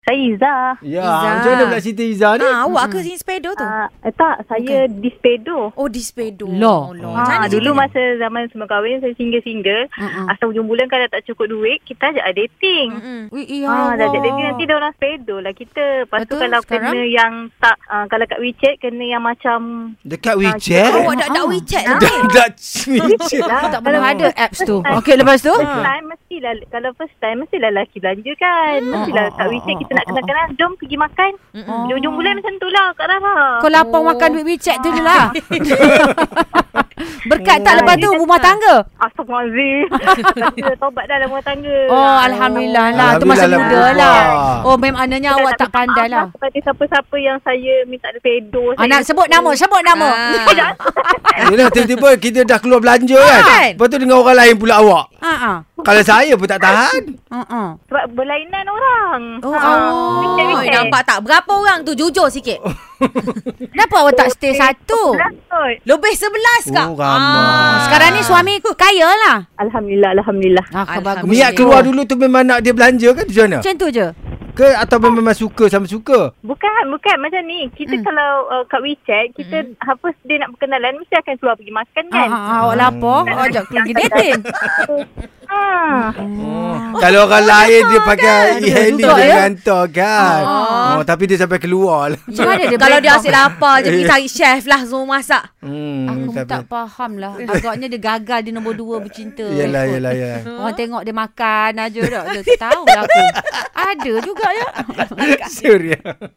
saya Izzah. Ya, Izzah. macam mana pula cerita Izzah ni? Ah, awak ke jenis pedo tu? Uh, tak, saya okay. dispedo. Oh, di pedo. Loh. Loh. Macam Ha, mana dulu masa zaman semua kahwin saya single-single. Mm-mm. Hmm. Uh-uh. Asal hujung bulan kalau tak cukup duit, kita ajak dating. Mm-mm. Ui, ya Ah, dah jadi Allah. nanti dia orang pedo lah kita. Lepas tu Betul, kalau sekarang? kena yang tak uh, kalau kat WeChat kena yang macam Dekat WeChat? Awak dah tak WeChat lah. Dah dah WeChat. Aku Oh, tak pernah Kalau- Ah. ada Hmm. apps tu. Okey, lepas tu? First time mestilah kalau first time mestilah lelaki belanja kan. Mestilah Oh, kat oh, WeChat oh, kita oh, nak kenal-kenal jom pergi makan. Mm-mm. Di hujung bulan macam tu lah Kak Rara. Kau lapang makan duit WeChat tu je lah. Berkat tak lepas tu rumah tangga? Astagfirullahaladzim. Rasa Taubat dah dalam rumah tangga. Oh, Alhamdulillah lah. Tu Alhamdulillah lah, masa muda perempuan. lah. Oh, memangnya awak tak pandai lah. Kepada siapa-siapa yang saya minta ada pedo. saya- Anak sebut nama, sebut nama. Ah. Yelah, tiba-tiba kita dah keluar belanja kan. Kan? Lepas tu dengan orang lain pula awak. Ha ah. Kalau saya pun tak tahan. Ha ah. Sebab berlainan orang. Oh, Ha, oh, Oh, weekend-weekend. nampak tak? Berapa orang tu? Jujur sikit. Kenapa awak tak stay Okey, satu? sebelas kot. Lebih sebelas kak. Oh, ramai. Ah, Sekarang ni suami kaya lah. Alhamdulillah, Alhamdulillah. Ah, Alhamdulillah. Niat keluar dulu tu memang nak dia belanja kan macam mana? Macam tu je. Ke atau memang suka sama suka? Bukan, bukan macam ni. Kita Mm. kalau uh, kat WeChat, kita mm. apa dia nak berkenalan mesti akan keluar pergi makan Ah, kan? Hmm. ah, ah, Hmm. awak lapar, awak ajak keluar pergi dating. Ha. ah. Oh. Kalau orang lain dia pakai e-hailing juga, ya? dia hantar kan. Oh, tapi dia sampai keluar lah. Macam mana dia Kalau break dia down? asyik lapar je, pergi cari chef lah semua masak. Hmm, Aku pun tak faham lah. Agaknya dia gagal dia nombor dua bercinta. Yelah, Ikut. yelah, yelah. Orang tengok dia makan aja dah. Dia tak tahu lah aku. Ada juga ya. Suria.